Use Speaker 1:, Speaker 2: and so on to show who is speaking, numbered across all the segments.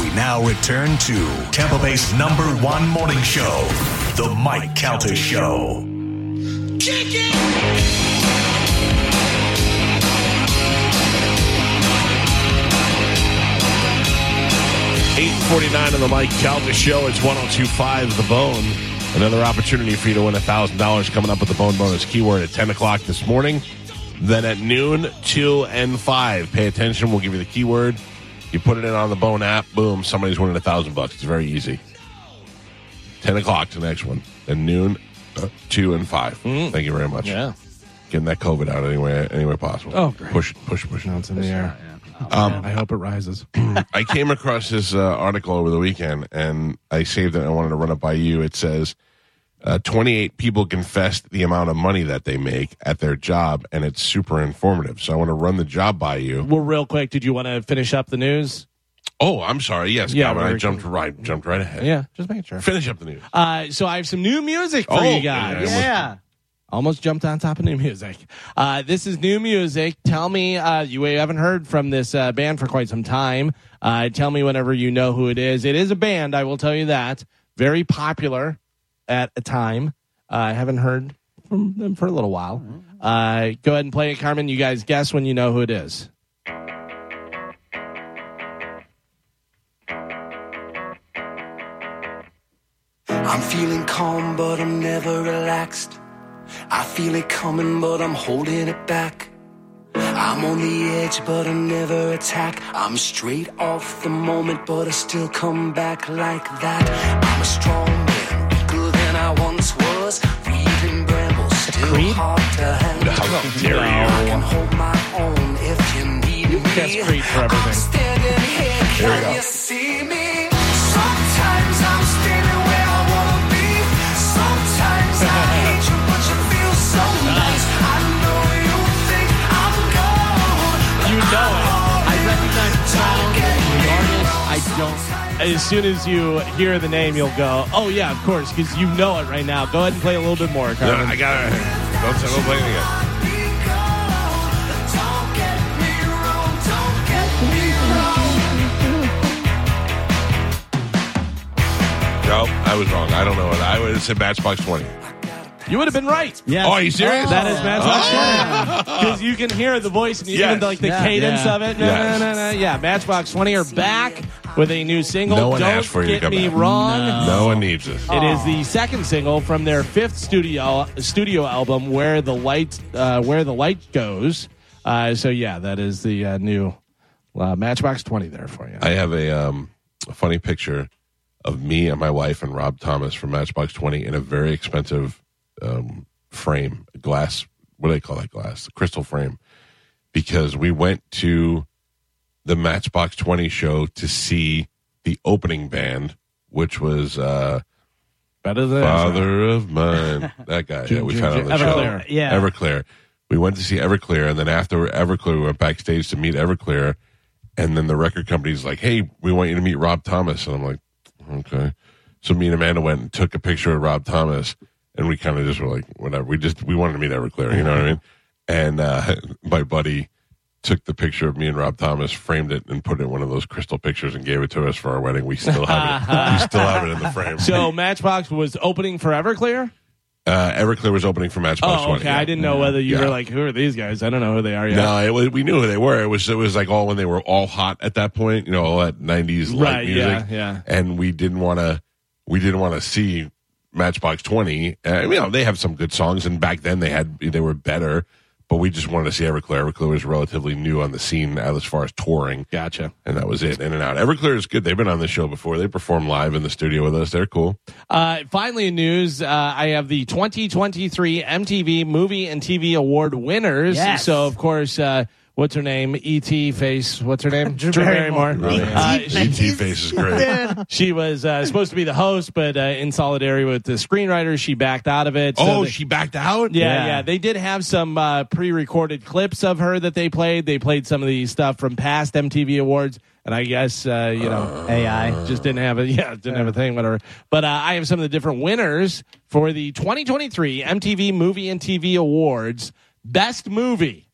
Speaker 1: We now return to Tampa Bay's number one morning show, The Mike Calter Show.
Speaker 2: Eight forty-nine on the Mike Calda Show. It's one zero two five The Bone. Another opportunity for you to win thousand dollars coming up with the Bone Bonus keyword at ten o'clock this morning. Then at noon, two and five. Pay attention. We'll give you the keyword. You put it in on the Bone app. Boom! Somebody's winning a thousand bucks. It's very easy. Ten o'clock to the next one. And noon, uh, two and five. Thank you very much.
Speaker 3: Mm. Yeah.
Speaker 2: Getting that COVID out anyway, any way possible.
Speaker 3: Oh, great.
Speaker 2: Push, it, push, it, push. it.
Speaker 3: Now it's in the air.
Speaker 4: Oh,
Speaker 2: Um,
Speaker 3: I hope it rises.
Speaker 2: I came across this uh, article over the weekend and I saved it. And I wanted to run it by you. It says uh, 28 people confessed the amount of money that they make at their job, and it's super informative. So I want to run the job by you.
Speaker 4: Well, real quick, did you want to finish up the news?
Speaker 2: Oh, I'm sorry. Yes,
Speaker 4: Yeah,
Speaker 2: yeah, I
Speaker 4: we're-
Speaker 2: jumped right, jumped right ahead.
Speaker 4: Yeah, just making sure.
Speaker 2: Finish up the news.
Speaker 4: Uh, so I have some new music for
Speaker 2: Oh,
Speaker 4: you guys.
Speaker 2: yeah, I
Speaker 4: Almost jumped on top of new music. Uh, this is new music. Tell me, uh, you haven't heard from this uh, band for quite some time. Uh, tell me whenever you know who it is. It is a band, I will tell you that. Very popular at a time. Uh, I haven't heard from them for a little while. Uh, go ahead and play it, Carmen. You guys guess when you know who it is.
Speaker 5: I'm feeling calm, but I'm never relaxed. I feel it coming, but I'm holding it back. I'm on the edge, but I never attack. I'm straight off the moment, but I still come back like that. I'm a strong man, weaker than I once was. Reading brambles, still hard to handle.
Speaker 2: How dare
Speaker 5: I
Speaker 2: you?
Speaker 5: can hold my own if you need me.
Speaker 4: guess Creed for everything.
Speaker 5: I'm standing here,
Speaker 2: There we
Speaker 5: can
Speaker 2: go.
Speaker 5: you see me? Sometimes I'm standing where I wanna be. Sometimes I hate you, but you feel so nice. I know you think I'm gone.
Speaker 4: You know it. I recognize the sound, the artist. I don't. As soon as you hear the name, you'll go, "Oh yeah, of course," because you know it right now. Go ahead and play a little bit more,
Speaker 2: No,
Speaker 4: Carmen.
Speaker 2: I got it. Don't, don't play it again.
Speaker 5: Be gone. Don't get me wrong, don't get me wrong.
Speaker 2: No, I was wrong. I don't know what I would have said. Matchbox Twenty.
Speaker 4: You would have been right.
Speaker 3: Yeah.
Speaker 2: Oh, are you serious? Ah.
Speaker 4: That is Matchbox Twenty because you can hear the voice and even
Speaker 2: Yes.
Speaker 4: like the
Speaker 3: Yeah.
Speaker 4: cadence
Speaker 3: Yeah.
Speaker 4: of it. No,
Speaker 2: Yes.
Speaker 4: no, no, no. Yeah, Matchbox Twenty are back with a new single.
Speaker 2: No one
Speaker 4: don't
Speaker 2: asked for you to
Speaker 4: get
Speaker 2: come
Speaker 4: me
Speaker 2: back.
Speaker 4: wrong.
Speaker 2: No one needs this.
Speaker 4: It is the second single from their fifth studio studio album, "Where the Light uh, Where the Light Goes." Uh, so yeah, that is the uh, new uh, Matchbox Twenty there for you.
Speaker 2: I have a, um, a funny picture of me and my wife and Rob Thomas from Matchbox Twenty in a very expensive um, frame, glass. What do they call that glass? Crystal frame. Because we went to the Matchbox Twenty show to see the opening band, which was uh,
Speaker 4: Better than
Speaker 2: Father of Mine. That guy. yeah, we found out on the
Speaker 4: Everclear.
Speaker 2: show.
Speaker 3: Yeah.
Speaker 2: Everclear. We went to see Everclear, and then after Everclear, we went backstage to meet Everclear, and then the record company's like, "Hey, we want you to meet Rob Thomas," and I'm like, "Okay." So me and Amanda went and took a picture of Rob Thomas, and we kind of just were like, "Whatever." We just we wanted to meet Everclear, you know what I mean? And uh, my buddy took the picture of me and Rob Thomas, framed it, and put it in one of those crystal pictures, and gave it to us for our wedding. We still have it. we still have it in the frame.
Speaker 4: So Matchbox was opening for Everclear.
Speaker 2: Uh, Everclear was opening for Matchbox
Speaker 4: Oh,
Speaker 2: Twenty.
Speaker 4: okay. I didn't know whether you
Speaker 2: Yeah.
Speaker 4: were like, who are these guys? I don't know who they are yet.
Speaker 2: No, it was, we knew who they were. It was it was like all when they were all hot at that point. You know, all that nineties
Speaker 4: Right,
Speaker 2: light music.
Speaker 4: yeah, yeah.
Speaker 2: And we didn't want to. We didn't want to see Matchbox Twenty. Uh, you know, they have some good songs, and back then they had they were better. But we just wanted to see Everclear. Everclear was relatively new on the scene as far as touring,
Speaker 4: Gotcha.
Speaker 2: and that was it. In and out. Everclear is good. They've been on the show before. They perform live in the studio with us. They're cool.
Speaker 4: Uh, finally, in news, uh, I have the 2023 MTV Movie and TV Award winners.
Speaker 3: Yes.
Speaker 4: So, of course, uh, what's her name? E.T. face. What's her name?
Speaker 3: Drew Barrymore. E
Speaker 4: Barrymore. Uh,
Speaker 3: E.T.
Speaker 4: she,
Speaker 2: ET E face is great.
Speaker 4: she was uh, supposed to be the host, but uh, in solidarity with the screenwriter, she backed out of it. So
Speaker 2: Oh,
Speaker 4: they-
Speaker 2: she backed out.
Speaker 4: yeah,
Speaker 3: Yeah.
Speaker 4: yeah, They did have some uh, pre-recorded clips of her that they played. They played some of the stuff from past MTV awards, and I guess uh, you know
Speaker 3: AI.
Speaker 4: just didn't have a yeah didn't have a thing whatever. But uh, I have some of the different winners for the 2023 MTV Movie and TV Awards Best Movie.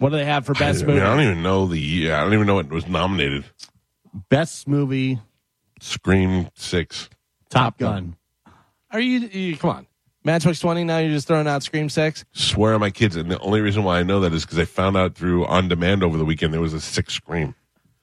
Speaker 4: What do they have for
Speaker 2: I,
Speaker 4: best
Speaker 2: mean, I
Speaker 4: movie?
Speaker 2: don't even know the. year. I don't even know what was nominated.
Speaker 3: Best movie,
Speaker 2: Scream Six.
Speaker 3: Top Gun.
Speaker 4: Are you, you come on? Matchbox 20. Now you're just throwing out Scream Six.
Speaker 2: Swear on my kids, and the only reason why I know that is because I found out through on demand over the weekend there was a six Scream.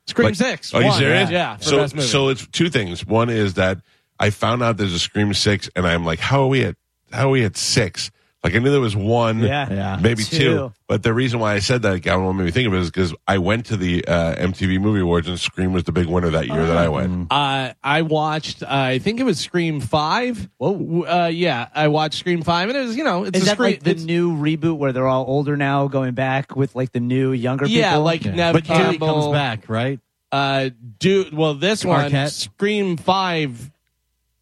Speaker 4: Scream
Speaker 2: Like-
Speaker 4: Six.
Speaker 2: Are you
Speaker 4: won.
Speaker 2: serious?
Speaker 4: Yeah. for
Speaker 2: so
Speaker 4: best movie.
Speaker 2: so it's two things. One is that I found out there's a Scream Six, and I'm like, how are we at? How are we at six? Like I knew there was one,
Speaker 4: Yeah.
Speaker 3: Yeah.
Speaker 2: maybe two.
Speaker 3: Two.
Speaker 2: But the reason why I said that, I don't know what made me think of it, is because I went to the uh, MTV Movie Awards, and Scream was the big winner that year that I went.
Speaker 4: Uh, I watched. Uh, I think it was Scream Five. Whoa. Uh, yeah, I watched Scream Five, and it was you know it's
Speaker 3: Is
Speaker 4: a
Speaker 3: that
Speaker 4: Scream.
Speaker 3: like the
Speaker 4: it's-
Speaker 3: new reboot where they're all older now, going back with like the new younger people?
Speaker 4: yeah, like Nev
Speaker 6: But Dewey
Speaker 4: Campbell,
Speaker 6: comes back, right?
Speaker 4: Uh, do well this one.
Speaker 6: Arquette.
Speaker 4: Scream Five.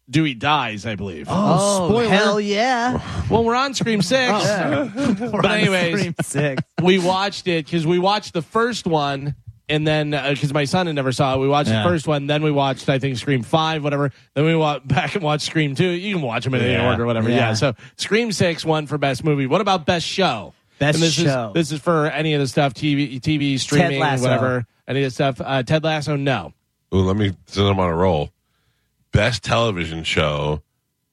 Speaker 4: Dewey dies, I believe.
Speaker 3: Oh, hell yeah!
Speaker 4: Well, we're on Scream Six. But anyways,
Speaker 3: Oh. Scream six.
Speaker 4: we watched it because we watched the first one and then because my son had never saw it we watched
Speaker 6: Yeah.
Speaker 4: the first one then we watched i think scream 5 whatever then we went back and watched scream 2 you can watch them in any
Speaker 6: Yeah.
Speaker 4: order whatever yeah.
Speaker 3: Yeah.
Speaker 4: so scream 6 won for best movie what about best show
Speaker 3: Best
Speaker 4: And this
Speaker 3: show.
Speaker 4: is, this is for any of the stuff tv tv streaming
Speaker 3: Lasso.
Speaker 4: whatever any of the stuff uh, ted lasso no
Speaker 2: Ooh, let me since I'm on a roll. Best television show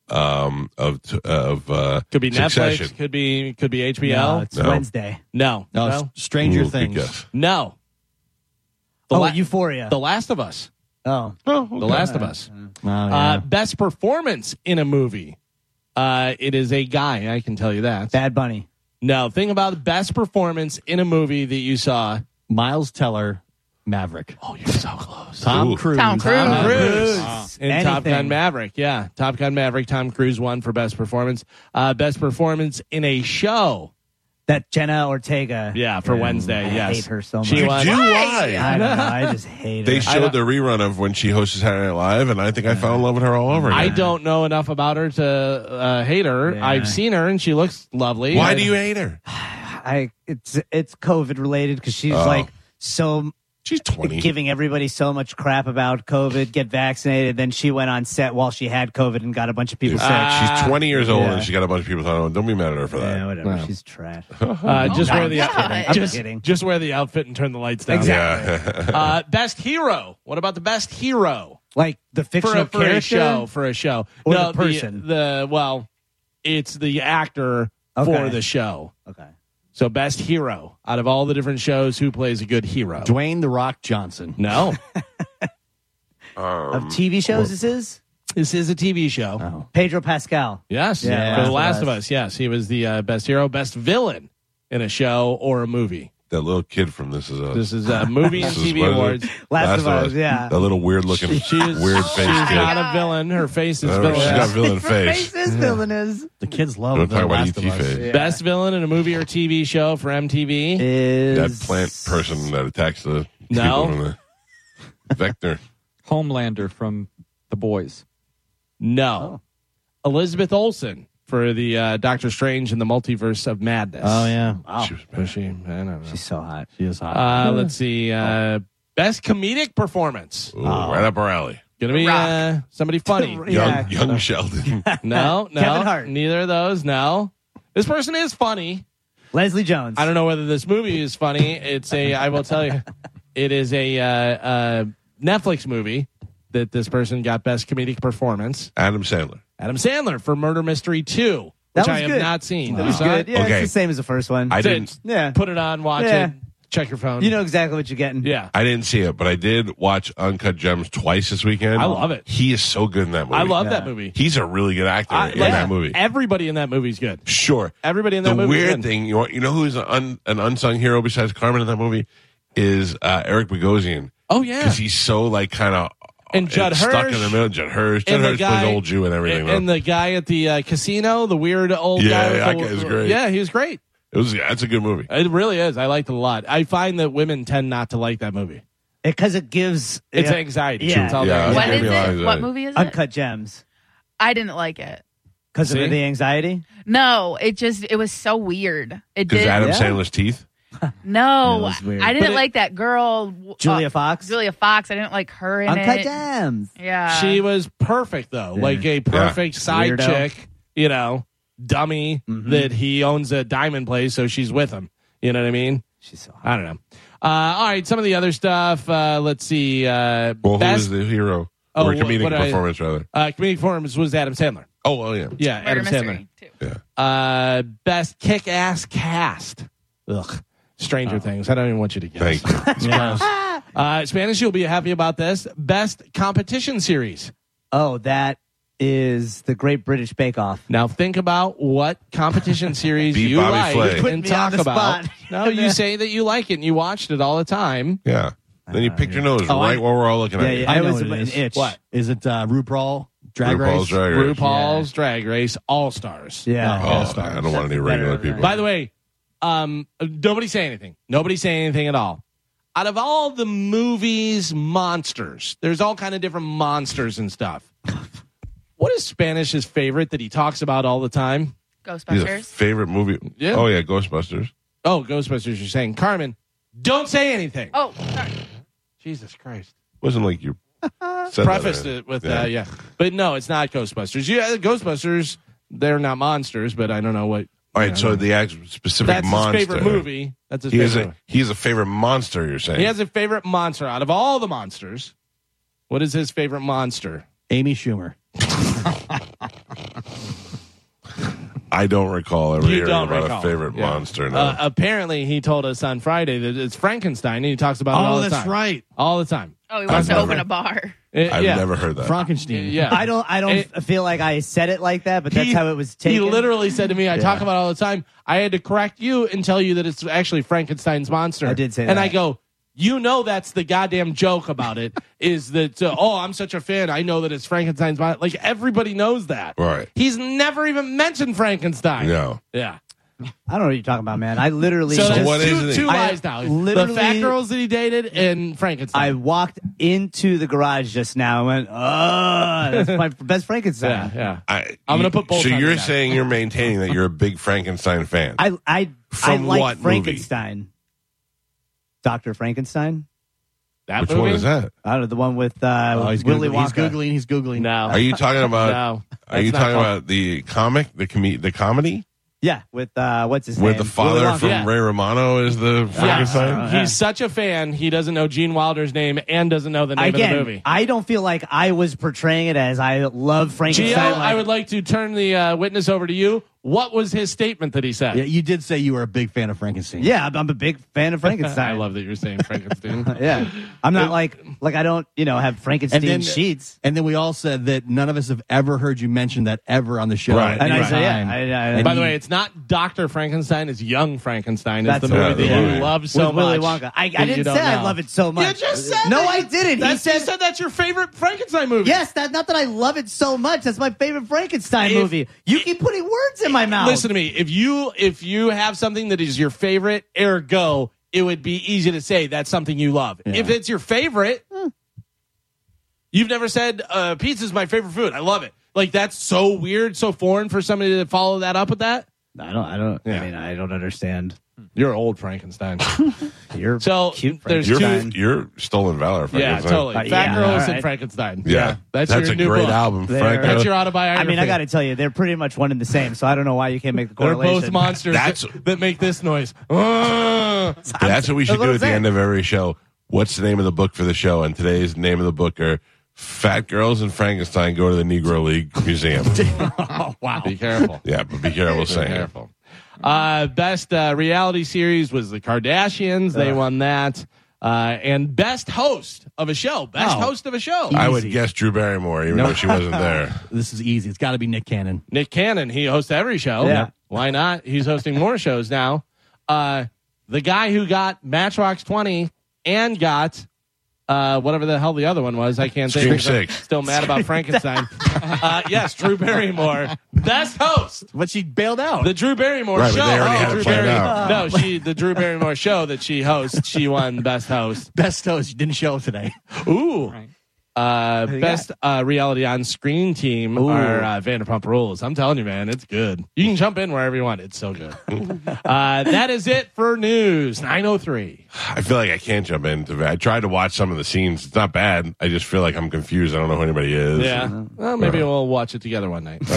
Speaker 2: um, of t- of uh,
Speaker 4: could be
Speaker 2: Succession.
Speaker 4: netflix could be could be
Speaker 3: No,
Speaker 4: hbo
Speaker 3: it's Oh,
Speaker 2: No.
Speaker 3: Wednesday.
Speaker 4: no
Speaker 6: No,
Speaker 4: no
Speaker 6: S- Stranger
Speaker 2: Ooh, good
Speaker 6: Things.
Speaker 2: guess.
Speaker 4: no the,
Speaker 3: Oh,
Speaker 4: La-
Speaker 3: Euphoria.
Speaker 4: the last of us
Speaker 3: oh,
Speaker 4: the last of us
Speaker 6: Oh,
Speaker 4: Uh,
Speaker 6: yeah.
Speaker 4: best performance in a movie. Uh, it is a guy. I can tell you that.
Speaker 3: Bad Bunny.
Speaker 4: no, think about the best performance in a movie that you saw.
Speaker 6: Miles Teller, Maverick.
Speaker 4: Oh, you're so close.
Speaker 6: Tom
Speaker 2: Ooh.
Speaker 6: Cruise.
Speaker 7: Tom Cruise.
Speaker 6: Tom
Speaker 4: Cruise Uh, in Top
Speaker 3: Anything.
Speaker 4: Gun Maverick. Yeah, Top Gun Maverick. Tom Cruise won for best performance. Uh, best performance in a show.
Speaker 3: That Jenna Ortega.
Speaker 4: Yeah, for Wednesday.
Speaker 3: I
Speaker 4: yes,
Speaker 3: hate her so
Speaker 4: She
Speaker 3: much.
Speaker 4: won.
Speaker 2: Do I?
Speaker 3: I don't know. I just hate
Speaker 2: They
Speaker 3: it.
Speaker 2: showed the rerun of when she hosted Saturday Night Live, and I think I fell in love with her all over again.
Speaker 4: I don't know enough about her to uh, hate her.
Speaker 3: Yeah.
Speaker 4: I've seen her and she looks lovely.
Speaker 2: Why
Speaker 4: I-
Speaker 2: do you hate her?
Speaker 3: I it's it's COVID related because she's
Speaker 2: Oh.
Speaker 3: like so
Speaker 2: She's 20.
Speaker 3: giving everybody so much crap about COVID, get vaccinated. Then she went on set while she had COVID and got a bunch of people
Speaker 2: Dude,
Speaker 3: sick.
Speaker 4: Ah,
Speaker 2: she's 20 years old
Speaker 3: Yeah.
Speaker 2: and she got a bunch of people thought, oh, don't be mad at her for
Speaker 3: yeah,
Speaker 2: that.
Speaker 3: whatever. She's trash.
Speaker 4: Uh, just
Speaker 3: my
Speaker 4: wear the
Speaker 7: God.
Speaker 4: outfit.
Speaker 7: I'm
Speaker 4: Just,
Speaker 3: kidding.
Speaker 4: just wear the outfit and turn the lights down.
Speaker 2: Yeah.
Speaker 4: Uh, best hero. What about the best hero
Speaker 3: Like the
Speaker 4: for
Speaker 3: fictional
Speaker 4: a, for a
Speaker 3: character.
Speaker 4: show? For a show,
Speaker 3: Or the person?
Speaker 4: The, well, it's the actor for
Speaker 3: Okay.
Speaker 4: the show.
Speaker 3: Okay.
Speaker 4: So best hero out of all the different shows, who plays a good hero?
Speaker 6: Dwayne the Rock Johnson.
Speaker 4: No,
Speaker 2: Um,
Speaker 3: of TV shows, this is
Speaker 4: this is a TV show.
Speaker 3: Pedro Pascal.
Speaker 4: Yes,
Speaker 3: Uh, Yeah,
Speaker 4: for
Speaker 3: Last
Speaker 4: The
Speaker 3: of
Speaker 4: Last of
Speaker 3: Us.
Speaker 4: Us. Yes, he was the uh, best hero, best villain in a show or a movie.
Speaker 2: that little kid from This Is Us.
Speaker 4: This is a movie and
Speaker 2: This is-
Speaker 4: TV
Speaker 2: what is it?
Speaker 4: awards.
Speaker 3: Last of Us, yeah.
Speaker 2: That little weird looking,
Speaker 4: She is
Speaker 2: weird face
Speaker 4: She's
Speaker 2: kid.
Speaker 4: not a villain. Her face is
Speaker 2: Oh,
Speaker 4: villainous.
Speaker 2: she's got villain face.
Speaker 3: Racist villainous
Speaker 6: The kids
Speaker 2: Don't
Speaker 6: love
Speaker 2: talk
Speaker 6: the
Speaker 2: about E
Speaker 6: Last of
Speaker 2: ET
Speaker 6: Us.
Speaker 2: face.
Speaker 4: Best villain in a movie or TV show for MTV.
Speaker 3: is
Speaker 2: That plant person that attacks the
Speaker 4: No.
Speaker 2: people from the Vector.
Speaker 8: Homelander from The Boys.
Speaker 4: No.
Speaker 3: Oh.
Speaker 4: Elizabeth Olsen for the uh, Doctor Strange and the Multiverse of Madness.
Speaker 6: Oh yeah,
Speaker 2: She was bad.
Speaker 4: Was she? I don't know.
Speaker 3: She's so hot.
Speaker 6: she is hot.
Speaker 4: Uh, let's see. Uh, best comedic performance.
Speaker 2: Ooh, Right up our alley.
Speaker 4: Gonna be uh, somebody funny.
Speaker 3: Yeah.
Speaker 2: Young, young Sheldon.
Speaker 4: No, no.
Speaker 3: Kevin Hart.
Speaker 4: Neither of those. No. This person is funny.
Speaker 3: Leslie Jones.
Speaker 4: I don't know whether this movie is funny. It's a. I will tell you, it is a uh, uh, Netflix movie that this person got best comedic performance.
Speaker 2: Adam Sandler.
Speaker 4: Adam Sandler for Murder Mystery Two,
Speaker 3: That
Speaker 4: which I
Speaker 3: was
Speaker 4: have
Speaker 3: good.
Speaker 4: not seen.
Speaker 3: That was
Speaker 4: You saw
Speaker 3: good.
Speaker 4: it?
Speaker 3: Yeah,
Speaker 2: Okay.
Speaker 3: it's the same as the first one.
Speaker 2: I
Speaker 4: So
Speaker 2: didn't.
Speaker 3: yeah.
Speaker 4: Put it on, watch
Speaker 3: Yeah.
Speaker 4: it, check your phone.
Speaker 3: you know exactly what you're getting.
Speaker 4: yeah.
Speaker 2: I didn't see it, but I did watch Uncut Gems twice this weekend.
Speaker 4: I love it.
Speaker 2: He is so good in that movie.
Speaker 4: I love that movie.
Speaker 2: He's a really good actor
Speaker 4: I-
Speaker 2: in
Speaker 4: like,
Speaker 2: that movie.
Speaker 4: Everybody in that movie's good.
Speaker 2: Sure.
Speaker 4: Everybody in that
Speaker 2: the
Speaker 4: movie.
Speaker 2: weird thing, you know, you know who's an, un, an unsung hero besides Carmen in that movie is uh, Eric Bogosian
Speaker 4: Oh yeah,
Speaker 2: because he's so like kind of
Speaker 4: And Judd
Speaker 2: stuck
Speaker 4: Hirsch.
Speaker 2: in the middle. Judd Hirsch, Judd
Speaker 4: And the
Speaker 2: Hirsch
Speaker 4: guy-
Speaker 2: plays old Jew and everything.
Speaker 4: and
Speaker 2: though.
Speaker 4: the guy at the uh, casino, the weird old
Speaker 2: Yeah,
Speaker 4: guy. with
Speaker 2: that
Speaker 4: the-
Speaker 2: guy's great.
Speaker 4: Yeah, he was great.
Speaker 2: It was yeah, it's a good movie.
Speaker 4: It really is. I liked it a lot. I find that women tend not to like that movie.
Speaker 3: because it gives
Speaker 4: It's
Speaker 3: yeah,
Speaker 4: anxiety.
Speaker 3: Yeah.
Speaker 4: It's all the
Speaker 2: Yeah.
Speaker 4: anxiety.
Speaker 2: I
Speaker 7: What is
Speaker 2: realize
Speaker 7: it? What
Speaker 2: that.
Speaker 7: movie is it?
Speaker 3: uncut gems
Speaker 7: I didn't like it.
Speaker 3: because of
Speaker 4: See?
Speaker 3: the anxiety.
Speaker 7: No, it just it was so weird. It
Speaker 2: Because
Speaker 7: did
Speaker 2: Adam
Speaker 3: Yeah.
Speaker 2: Sandler's teeth.
Speaker 7: no.
Speaker 6: Yeah, it was weird.
Speaker 7: Oh, I
Speaker 4: But
Speaker 7: didn't
Speaker 4: it-
Speaker 7: like that girl w-
Speaker 3: Julia
Speaker 7: uh,
Speaker 3: Fox.
Speaker 7: Julia Fox. I didn't like her in
Speaker 3: Uncut
Speaker 7: it.
Speaker 3: gems.
Speaker 7: Yeah,
Speaker 4: she was perfect though, like a perfect side
Speaker 3: Weirdo. Mm-hmm.
Speaker 4: chick, you know, dummy that he owns a diamond place, so she's with him. You know what I mean?
Speaker 3: She's so hot.
Speaker 4: I don't know. Uh, all right, some of the other stuff. Uh, let's see.
Speaker 2: Well,
Speaker 4: Uh,
Speaker 2: who is
Speaker 4: best
Speaker 2: the hero?
Speaker 4: Oh,
Speaker 2: or
Speaker 4: what-
Speaker 2: comedic
Speaker 4: what I-
Speaker 2: performance, rather.
Speaker 4: uh, comedic performance was Adam Sandler.
Speaker 2: Oh, well, yeah.
Speaker 4: Yeah,
Speaker 7: Murder
Speaker 4: Adam
Speaker 7: mystery too.
Speaker 4: Sandler. Uh, best kick-ass cast. Ugh. Stranger Things. I don't even want you to guess.
Speaker 2: Oh. Thank you.
Speaker 4: Uh, Spanish, you'll be happy about this. Best competition series.
Speaker 3: Oh, that is the Great British Bake Off.
Speaker 4: Now think about what competition series
Speaker 2: Beat
Speaker 4: you
Speaker 2: Bobby
Speaker 4: like
Speaker 2: Flay. You're
Speaker 3: putting
Speaker 4: and
Speaker 3: me on
Speaker 4: talk
Speaker 3: the
Speaker 4: about.
Speaker 3: spot.
Speaker 4: No, you say that you like it and you watched it all the time.
Speaker 2: Yeah. Then you pick your nose
Speaker 3: Oh, I-
Speaker 2: right while we're all looking
Speaker 3: Yeah,
Speaker 2: at you.
Speaker 3: yeah. I
Speaker 6: know
Speaker 3: was
Speaker 6: what it
Speaker 3: an
Speaker 6: is.
Speaker 3: itch.
Speaker 6: What is it? Uh, RuPaul Drag
Speaker 2: RuPaul's
Speaker 6: Race.
Speaker 2: Drag Race.
Speaker 4: RuPaul's Drag Race All Stars.
Speaker 3: Yeah.
Speaker 2: Oh, I don't want any regular people.
Speaker 4: By the way, um, nobody say anything. Nobody say anything at all. Out of all the movies, monsters. There's all kind of different monsters and stuff. What is Spanish's favorite that he talks about all the time?
Speaker 2: He's a
Speaker 7: Ghostbusters.
Speaker 2: favorite movie.
Speaker 4: Yeah.
Speaker 2: Oh, yeah, Ghostbusters.
Speaker 4: Oh, Ghostbusters. You're saying Carmen. Don't say anything.
Speaker 7: Oh, sorry.
Speaker 4: Jesus Christ.
Speaker 2: Wasn't like you said
Speaker 4: prefaced
Speaker 2: that.
Speaker 4: it with
Speaker 2: Yeah.
Speaker 4: uh, yeah, but no, it's not Ghostbusters. Yeah, Ghostbusters, they're not monsters, but I don't know what.
Speaker 2: All right, so the actual specific
Speaker 4: That's
Speaker 2: monster.
Speaker 4: his favorite movie. That's his
Speaker 2: He
Speaker 4: favorite.
Speaker 2: is a
Speaker 4: movie.
Speaker 2: he's a favorite monster. You're saying
Speaker 4: He has a favorite monster out of all the monsters. What is his favorite monster?
Speaker 6: Amy Schumer.
Speaker 2: I don't recall ever
Speaker 4: You
Speaker 2: hearing
Speaker 4: don't
Speaker 2: about
Speaker 4: recall.
Speaker 2: a favorite
Speaker 4: Yeah.
Speaker 2: monster. No.
Speaker 4: Uh, apparently, he told us on Friday that it's Frankenstein, and he talks
Speaker 8: Oh,
Speaker 4: about it all the time.
Speaker 6: right.
Speaker 4: All the time.
Speaker 7: Oh, he wants to
Speaker 2: never-
Speaker 7: open a bar.
Speaker 4: It-
Speaker 2: I've
Speaker 4: yeah.
Speaker 2: never heard that.
Speaker 6: Frankenstein.
Speaker 4: Yeah.
Speaker 3: I don't. I don't
Speaker 4: It-
Speaker 3: f- feel like I said it like that, but that's
Speaker 4: He-
Speaker 3: how it was taken.
Speaker 4: He literally said to me, "I talk about it all the time. I had to correct you and tell you that it's actually Frankenstein's monster."
Speaker 3: I did say
Speaker 4: and
Speaker 3: that.
Speaker 4: I go, "You know, that's the goddamn joke about it is that uh, oh, I'm such a fan. I know that it's Frankenstein's monster. Like everybody knows that.
Speaker 2: Right.
Speaker 4: He's never even mentioned Frankenstein.
Speaker 2: No.
Speaker 4: Yeah.
Speaker 3: I don't know what you're talking about, man. I literally.
Speaker 4: So,
Speaker 3: just-
Speaker 4: there's
Speaker 2: what
Speaker 4: two,
Speaker 2: is it?
Speaker 4: two
Speaker 3: I
Speaker 4: lies now. the
Speaker 3: literally-
Speaker 4: fat girls that he dated and
Speaker 3: I
Speaker 4: Frankenstein.
Speaker 3: walked into the garage just now and went, "Oh, that's my best
Speaker 4: yeah,
Speaker 3: Frankenstein."
Speaker 4: yeah.
Speaker 2: I,
Speaker 4: I'm gonna put both
Speaker 2: So
Speaker 4: on
Speaker 2: you're
Speaker 4: that.
Speaker 2: saying you're maintaining that you're a big Frankenstein fan.
Speaker 3: I I
Speaker 2: From
Speaker 3: I like
Speaker 2: what movie?
Speaker 3: Frankenstein. Doctor Frankenstein.
Speaker 4: That
Speaker 2: Which
Speaker 4: movie?
Speaker 2: one is that?
Speaker 3: I don't know the one with uh,
Speaker 6: Oh, he's
Speaker 3: Willy
Speaker 6: googling. He's
Speaker 3: Wonka.
Speaker 6: googling. He's googling.
Speaker 4: No.
Speaker 2: Are you talking about?
Speaker 4: no.
Speaker 2: are you
Speaker 4: that's not
Speaker 2: talking
Speaker 4: called-
Speaker 2: about the comic, the com- the comedy,
Speaker 3: Yeah, with uh, what's his
Speaker 2: where
Speaker 3: name?
Speaker 2: the
Speaker 3: Willy
Speaker 2: father
Speaker 3: Wonka.
Speaker 2: from
Speaker 4: Yeah.
Speaker 2: Ray Romano is the Frankenstein?
Speaker 4: Yeah. He's such a fan, he doesn't know Gene Wilder's name and doesn't know the name
Speaker 3: Again,
Speaker 4: of the movie.
Speaker 3: I don't feel like I was portraying it as I love
Speaker 4: Gio,
Speaker 3: Frankenstein. like-
Speaker 4: I would like to turn the uh, witness over to you. What was his statement that he said?
Speaker 6: Yeah, you did say you were a big fan of Frankenstein.
Speaker 3: yeah, I'm- I'm a big fan of Frankenstein.
Speaker 4: I love Uh, that you're saying Frankenstein.
Speaker 3: Yeah, I'm not like like I don't you know have Frankenstein
Speaker 6: And then-
Speaker 3: sheets.
Speaker 6: And then we all said that none of us have ever heard you mention that ever on the show.
Speaker 2: Right.
Speaker 6: at
Speaker 3: And
Speaker 6: any
Speaker 3: I said, yeah,
Speaker 6: time.
Speaker 3: I- I-
Speaker 6: And
Speaker 4: By the
Speaker 6: you-
Speaker 4: way, it's not Doctor Frankenstein; it's Young Frankenstein. It's
Speaker 3: That's
Speaker 4: the
Speaker 3: the
Speaker 4: movie
Speaker 2: movie,
Speaker 4: that
Speaker 2: yeah.
Speaker 4: you love
Speaker 3: With
Speaker 4: so
Speaker 3: Willy
Speaker 4: much.
Speaker 3: Wonka. I, I
Speaker 4: that you
Speaker 3: didn't say
Speaker 4: don't
Speaker 3: I
Speaker 4: know.
Speaker 3: love it so much. no, I didn't. He
Speaker 4: That's-
Speaker 3: said,
Speaker 4: that's your favorite Frankenstein movie.
Speaker 3: yes. That not that I love it so much. That's my favorite Frankenstein
Speaker 4: If-
Speaker 3: movie. You keep putting words in my mouth.
Speaker 4: Listen to me. If you if you have something that is your favorite, ergo, it would be easy to say that's something you love. If it's your favorite,
Speaker 3: Hmm.
Speaker 4: you've never said uh, pizza is my favorite food. I love it. Like that's so weird, so foreign for somebody to follow that up with that.
Speaker 3: I don't. I don't.
Speaker 4: Yeah.
Speaker 3: I mean, I don't understand.
Speaker 4: You're old Frankenstein.
Speaker 3: You're
Speaker 4: So,
Speaker 3: cute.
Speaker 4: there's
Speaker 2: You're,
Speaker 4: two-
Speaker 3: Frankenstein.
Speaker 2: you're stolen valor.
Speaker 4: yeah,
Speaker 2: Frankenstein.
Speaker 4: totally.
Speaker 3: Uh,
Speaker 4: Fat
Speaker 3: yeah,
Speaker 4: girls
Speaker 3: all
Speaker 4: and
Speaker 3: right.
Speaker 4: Frankenstein.
Speaker 2: Yeah,
Speaker 4: that's, your
Speaker 2: a
Speaker 4: new
Speaker 2: great
Speaker 4: book.
Speaker 2: album.
Speaker 3: There.
Speaker 2: Frank,
Speaker 4: That's your autobiography.
Speaker 3: I mean, I got to tell you, they're pretty much one and the same. So I don't know why you can't make the
Speaker 4: They're
Speaker 3: correlation.
Speaker 4: both monsters
Speaker 2: That's-
Speaker 4: that, that make this noise. Ah! Ugh.
Speaker 2: That's what we should
Speaker 3: That's what
Speaker 2: do
Speaker 3: I'm
Speaker 2: at the
Speaker 3: saying.
Speaker 2: end of every show. What's the name of the book for the show? And today's name of the book are Fat Girls and Frankenstein Go to the Negro League Museum.
Speaker 3: Oh,
Speaker 4: Be careful.
Speaker 2: yeah, but be careful saying it.
Speaker 4: Careful. Uh, best uh, reality series was the Kardashians. They won that. Uh, and best host of a show. Best
Speaker 6: Oh.
Speaker 4: host of a show.
Speaker 2: I would guess Drew Barrymore, even though she wasn't there.
Speaker 6: this is easy. It's got to be Nick Cannon.
Speaker 4: Nick Cannon. He hosts every show.
Speaker 3: Yeah.
Speaker 4: Why not? He's hosting more shows now. Uh, the guy who got Matchbox Twenty and got uh, whatever the hell the other one was, I can't think.
Speaker 2: Scream
Speaker 4: because I'm
Speaker 2: Six.
Speaker 4: Still mad about Frankenstein. uh, yes, Drew Barrymore Best host.
Speaker 6: But she bailed out.
Speaker 4: The Drew Barrymore
Speaker 2: Right, but
Speaker 4: show.
Speaker 2: they already
Speaker 4: Oh,
Speaker 2: had it
Speaker 4: Drew
Speaker 2: planned
Speaker 4: Barry-
Speaker 2: out.
Speaker 4: No, she the Drew Barrymore show that she hosts. She won best host.
Speaker 6: Best host. She didn't show up today.
Speaker 4: Ooh.
Speaker 8: Right.
Speaker 4: Uh,
Speaker 6: you
Speaker 4: best uh, reality on screen team
Speaker 6: Ooh.
Speaker 4: are uh, Vanderpump Rules. I'm telling you, man, it's good. You can jump in wherever you want. It's so good. uh, that is it for news. 903.
Speaker 2: I feel like I can't jump into it. I tried to watch some of the scenes. It's not bad. I just feel like I'm confused. I don't know who anybody is.
Speaker 4: Yeah. Well, maybe we'll watch it together one night.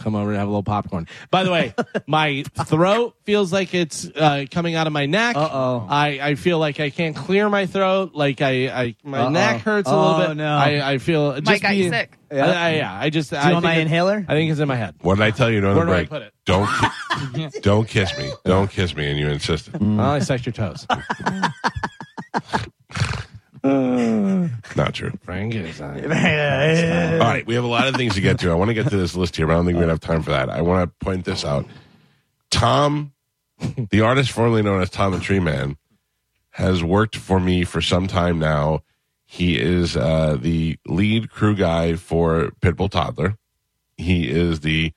Speaker 4: Come over and have a little popcorn. By the way, my throat feels like it's uh, coming out of my neck.
Speaker 3: Uh-oh.
Speaker 4: I, I feel like I can't clear my throat. Like I, I my
Speaker 3: Uh-oh.
Speaker 4: neck hurts a
Speaker 3: Oh,
Speaker 4: little bit.
Speaker 3: no.
Speaker 4: I, I feel just
Speaker 7: Mike got you
Speaker 4: being-
Speaker 7: sick.
Speaker 4: I-
Speaker 3: Yeah.
Speaker 4: I- yeah. I just.
Speaker 3: Do
Speaker 4: I
Speaker 3: you want
Speaker 4: think
Speaker 3: my
Speaker 4: it-
Speaker 3: inhaler?
Speaker 4: I think it's in my head.
Speaker 2: What did I tell you during
Speaker 4: Where
Speaker 2: the
Speaker 4: do I
Speaker 2: break?
Speaker 4: put it?
Speaker 2: Don't ki- don't kiss me. Don't kiss me. And you insisted.
Speaker 4: Well, I sucked your toes.
Speaker 2: Not true.
Speaker 4: Frank is. uh,
Speaker 2: All right, we have a lot of things to get to. I want to get to this list here, but I don't think we have time for that. I want to point this out. Tom, the artist formerly known as Tom the Tree Man, has worked for me for some time now. He is uh, the lead crew guy for Pitbull Toddler. He is the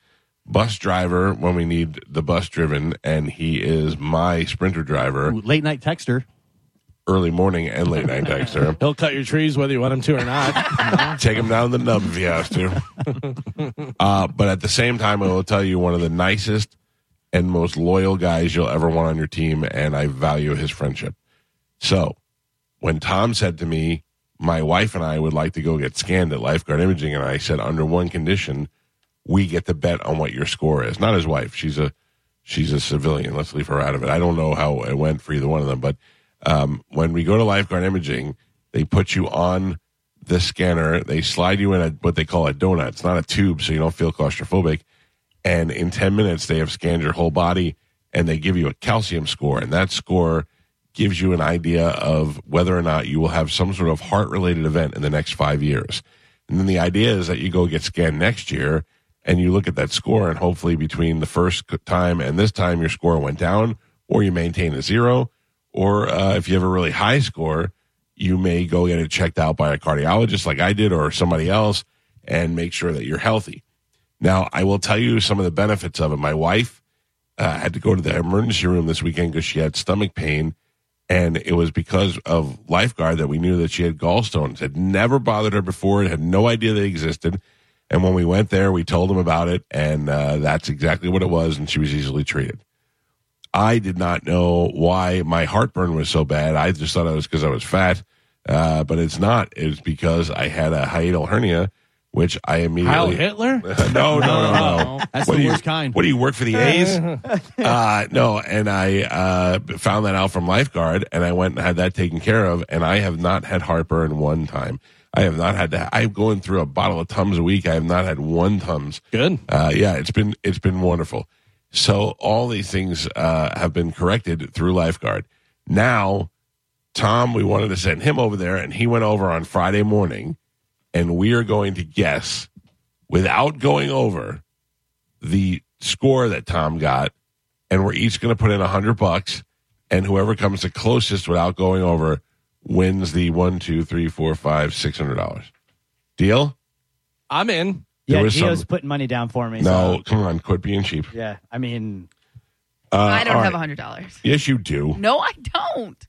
Speaker 2: bus driver when we need the bus driven, and he is my sprinter driver,
Speaker 6: Late night texter.
Speaker 2: early morning and late night texter.
Speaker 4: He'll cut your trees whether you want him to or not.
Speaker 2: Take him down the nub if you have to. uh, but at the same time, I will tell you one of the nicest and most loyal guys you'll ever want on your team, and I value his friendship. So when Tom said to me, my wife and I would like to go get scanned at Lifeguard Imaging, and I said, under one condition, we get to bet on what your score is. Not his wife. She's a she's a civilian. Let's leave her out of it. I don't know how it went for either one of them, but um, when we go to Lifeguard Imaging, they put you on the scanner. They slide you in a what they call a donut. It's not a tube, so you don't feel claustrophobic. And in ten minutes, they have scanned your whole body, and they give you a calcium score, and that score gives you an idea of whether or not you will have some sort of heart related event in the next five years. And then the idea is that you go get scanned next year and you look at that score, and hopefully between the first c- time and this time, your score went down, or you maintain a zero, or uh, if you have a really high score, you may go get it checked out by a cardiologist like I did or somebody else and make sure that you're healthy. Now, I will tell you some of the benefits of it. My wife uh, had to go to the emergency room this weekend because she had stomach pain. And it was because of Lifeguard that we knew that she had gallstones. It never bothered her before. It had no idea they existed. And when we went there, we told them about it. And uh, that's exactly what it was. And she was easily treated. I did not know why my heartburn was so bad. I just thought it was because I was fat, uh, but it's not. It's because I had a hiatal hernia, which I
Speaker 4: Kyle
Speaker 2: immediately.
Speaker 4: Hitler?
Speaker 2: no, no, no, no.
Speaker 6: That's
Speaker 2: What
Speaker 6: the
Speaker 2: do you-
Speaker 6: worst kind.
Speaker 2: What do you work for the A's? uh, no, and I uh, found that out from lifeguard, and I went and had that taken care of, and I have not had heartburn one time. I have not had that. I'm going through a bottle of Tums a week. I have not had one Tums.
Speaker 4: Good.
Speaker 2: Uh, yeah, it's been it's been wonderful. So all these things uh, have been corrected through Lifeguard. Now, Tom, we wanted to send him over there, and he went over on Friday morning, and we are going to guess without going over the score that Tom got, and we're each going to put in a hundred bucks, and whoever comes the closest without going over wins the one, two, three, four, five, six hundred dollars. Deal?
Speaker 4: I'm in.
Speaker 3: Yeah,
Speaker 2: There was
Speaker 3: Gio's
Speaker 2: some-
Speaker 3: putting money down for me.
Speaker 2: No,
Speaker 3: so-
Speaker 2: come on, quit being cheap.
Speaker 3: yeah, I mean,
Speaker 2: Uh,
Speaker 7: I don't
Speaker 2: all
Speaker 7: have a
Speaker 2: right.
Speaker 7: hundred dollars.
Speaker 2: Yes, you do.
Speaker 7: No, I don't.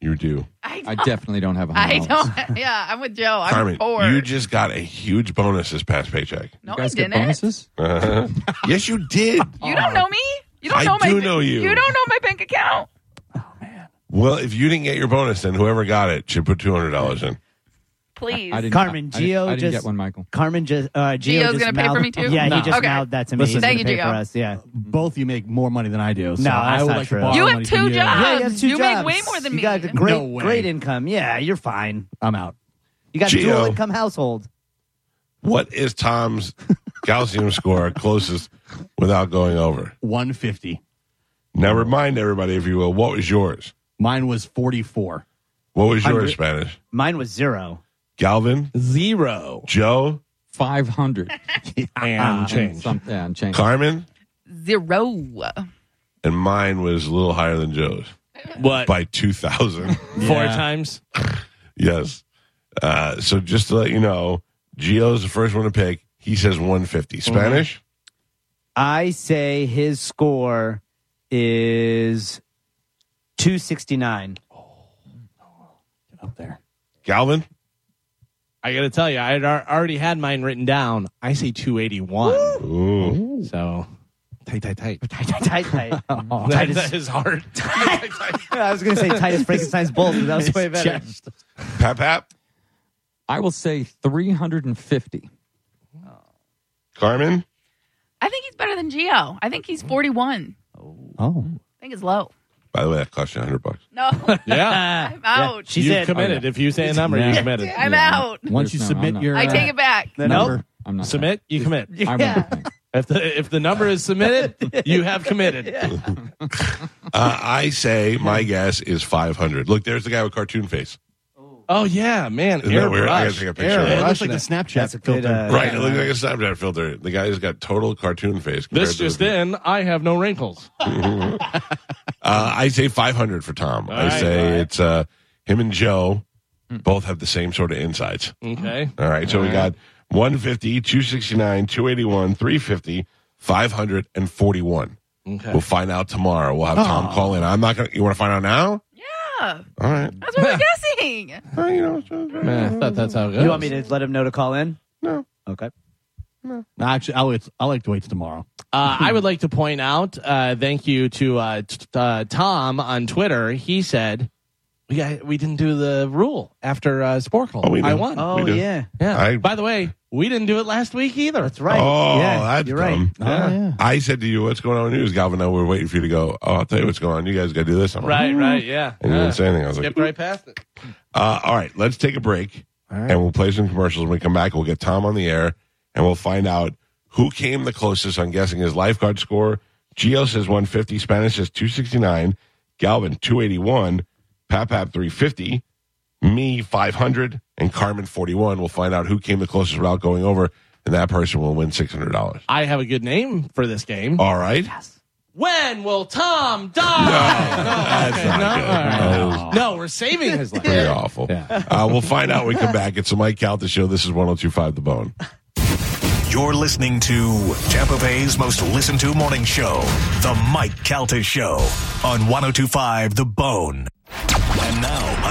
Speaker 2: You do.
Speaker 7: I
Speaker 8: I
Speaker 7: don't.
Speaker 8: definitely don't have a
Speaker 7: I
Speaker 8: hundred dollars.
Speaker 7: don't. Yeah, I'm with Joe. I'm
Speaker 2: Carmen,
Speaker 7: poor.
Speaker 2: you just got a huge bonus this past paycheck.
Speaker 7: no,
Speaker 8: You guys
Speaker 7: I
Speaker 8: get
Speaker 7: didn't.
Speaker 8: bonuses?
Speaker 2: Uh-huh. yes, you did.
Speaker 7: You don't know me. You don't
Speaker 2: I
Speaker 7: know my.
Speaker 2: do
Speaker 7: ba-
Speaker 2: know you.
Speaker 7: You don't know my bank account.
Speaker 2: Well, if you didn't get your bonus, then whoever got it should put two hundred dollars in.
Speaker 7: Please.
Speaker 8: I didn't,
Speaker 3: Carmen,
Speaker 8: I, I, didn't-
Speaker 3: Gio
Speaker 8: I didn't
Speaker 3: just-
Speaker 8: get one, Michael.
Speaker 3: Carmen just uh, Gio
Speaker 7: Gio's
Speaker 3: just
Speaker 7: gonna pay for
Speaker 3: mouthed-
Speaker 7: me too?
Speaker 3: Yeah,
Speaker 8: No.
Speaker 3: he just
Speaker 7: Okay.
Speaker 3: mouthed that to me.
Speaker 6: Listen.
Speaker 3: He's
Speaker 7: Thank
Speaker 3: gonna
Speaker 7: you,
Speaker 3: pay for
Speaker 7: Gio.
Speaker 3: us. Yeah,
Speaker 6: Mm-hmm. Both you make more money than I do. So
Speaker 3: No,
Speaker 6: I
Speaker 3: that's
Speaker 6: would
Speaker 3: not
Speaker 6: like
Speaker 3: true.
Speaker 6: to borrow
Speaker 7: You have
Speaker 6: money
Speaker 7: two
Speaker 6: from you.
Speaker 7: jobs.
Speaker 3: yeah, he has two
Speaker 7: Um, you make
Speaker 3: jobs.
Speaker 7: way more than
Speaker 3: you
Speaker 7: me.
Speaker 3: got a great,
Speaker 6: No way.
Speaker 3: great income. Yeah, you're fine.
Speaker 6: I'm out.
Speaker 3: You got a
Speaker 2: Gio.
Speaker 3: dual income household.
Speaker 2: What is Tom's calcium score closest without going over?
Speaker 6: 150.
Speaker 2: Now remind everybody, if you will, what was yours?
Speaker 6: Mine was 44.
Speaker 2: What was yours,
Speaker 3: Hundred.
Speaker 2: Spanish?
Speaker 3: Mine was zero.
Speaker 2: Galvin,
Speaker 4: Zero.
Speaker 2: Joe,
Speaker 8: Five hundred.
Speaker 4: And change.
Speaker 8: Some, yeah, and change.
Speaker 2: Carmen,
Speaker 7: Zero.
Speaker 2: and mine was a little higher than Joe's
Speaker 4: What?
Speaker 2: by two thousand.
Speaker 4: Four
Speaker 6: Yeah.
Speaker 4: times?
Speaker 2: Yes.
Speaker 8: Mm-hmm.
Speaker 2: Uh, so just to let you know, Gio's the first one to pick. He says 150. Spanish?
Speaker 3: I say his score is 269.
Speaker 4: up there.
Speaker 2: Galvin?
Speaker 4: I got to tell you, I had ar- already had mine written down. I say 281.
Speaker 2: Ooh.
Speaker 4: So tight, tight, tight.
Speaker 3: tight, tight.
Speaker 4: That
Speaker 3: Tight
Speaker 4: is,
Speaker 3: as-
Speaker 4: hard.
Speaker 3: I was going to say tight as Frankenstein's bolt. but That was way better.
Speaker 8: Just-
Speaker 2: Pap Pap?
Speaker 8: I will say 350.
Speaker 2: Carmen?
Speaker 7: I think he's better than Geo. I think he's 41.
Speaker 8: Oh.
Speaker 7: I think it's low.
Speaker 2: By the way, that cost you 100 bucks.
Speaker 7: No,
Speaker 4: yeah.
Speaker 7: I'm out.
Speaker 3: She
Speaker 4: you
Speaker 3: said,
Speaker 4: committed. If you say a number, you
Speaker 8: Yeah.
Speaker 4: committed.
Speaker 7: I'm out.
Speaker 6: Once you
Speaker 8: There's no-
Speaker 6: submit
Speaker 8: I'm not-
Speaker 6: your
Speaker 7: I take
Speaker 6: uh,
Speaker 7: it back.
Speaker 3: Nope.
Speaker 6: number,
Speaker 8: I'm not
Speaker 4: Submit, you commit.
Speaker 8: I won't.
Speaker 4: If the if the number is submitted, you have committed.
Speaker 2: Uh, I say my guess is 500. Look, there's the guy with cartoon face.
Speaker 4: Oh yeah, man.
Speaker 2: Isn't that weird? I gotta
Speaker 4: airbrush.
Speaker 2: take a picture of that.
Speaker 6: it looks
Speaker 4: Airbrush
Speaker 6: like the
Speaker 4: that.
Speaker 6: Snapchat
Speaker 3: That's a good,
Speaker 6: filter.
Speaker 3: uh,
Speaker 2: Right, it looks like a Snapchat filter. The guy's got total cartoon face. compared
Speaker 4: This
Speaker 2: to
Speaker 4: just
Speaker 2: the-
Speaker 4: in, I have no wrinkles.
Speaker 2: Uh, I say 500 for Tom. I
Speaker 4: right,
Speaker 2: say
Speaker 4: all right. Hmm.
Speaker 2: it's uh, him and Joe both have the same sort of insights.
Speaker 4: Okay.
Speaker 2: All right, so we got 150, 269, 281, 350, 541.
Speaker 4: Okay.
Speaker 2: We'll find out tomorrow. We'll have Tom call in. I'm not going to. You want to find out now?
Speaker 7: Yeah,
Speaker 2: All right.
Speaker 7: that's what we're guessing.
Speaker 2: Uh, you know, so-
Speaker 4: Man, I thought that's how it goes.
Speaker 3: You want me to let him know to call in?
Speaker 2: No.
Speaker 3: Okay.
Speaker 6: No, actually, I'll wait, I like to wait till tomorrow.
Speaker 4: Uh, I would like to point out, uh, thank you to uh, t- uh, Tom on Twitter. He said, we, got, we didn't do the rule after uh, Sporkle.
Speaker 2: Oh, we did.
Speaker 4: I won.
Speaker 3: Oh,
Speaker 2: do.
Speaker 3: yeah.
Speaker 4: yeah.
Speaker 2: I-
Speaker 4: By the way, we didn't do it last week either.
Speaker 3: That's right.
Speaker 2: Oh,
Speaker 3: yeah,
Speaker 2: that's
Speaker 3: you're right.
Speaker 2: dumb.
Speaker 6: Oh, yeah.
Speaker 2: I said to you, "What's going on in the news, Galvin?" Now we're waiting for you to go. Oh, I'll tell you what's going on. You guys got to do this. I'm like, "Hmm."
Speaker 4: Right, right, yeah.
Speaker 2: And you
Speaker 4: Uh,
Speaker 2: didn't say anything. I was like,
Speaker 4: skipped right past it.
Speaker 2: Uh, all right, let's take a break and we'll play some commercials. When we come back, we'll get Tom on the air and we'll find out who came the closest on guessing his lifeguard score. Geo says 150, Spanish says 269, Galvin 281, Papap 350, me 500, and Carmen 41. We'll find out who came the closest without going over, and that person will win $600.
Speaker 4: I have a good name for this game.
Speaker 2: All right.
Speaker 4: When will Tom die? No,
Speaker 2: that's
Speaker 4: okay,
Speaker 2: not
Speaker 4: no?
Speaker 2: good.
Speaker 4: All right.
Speaker 2: That was-
Speaker 4: No, we're saving his life.
Speaker 2: Pretty awful. Uh, we'll find out when we come back. It's the Mike Out the Show. This is 1025 The Bone.
Speaker 1: You're listening to Tampa Bay's most listened to morning show, The Mike Calta Show, on 1025 The Bone. And now,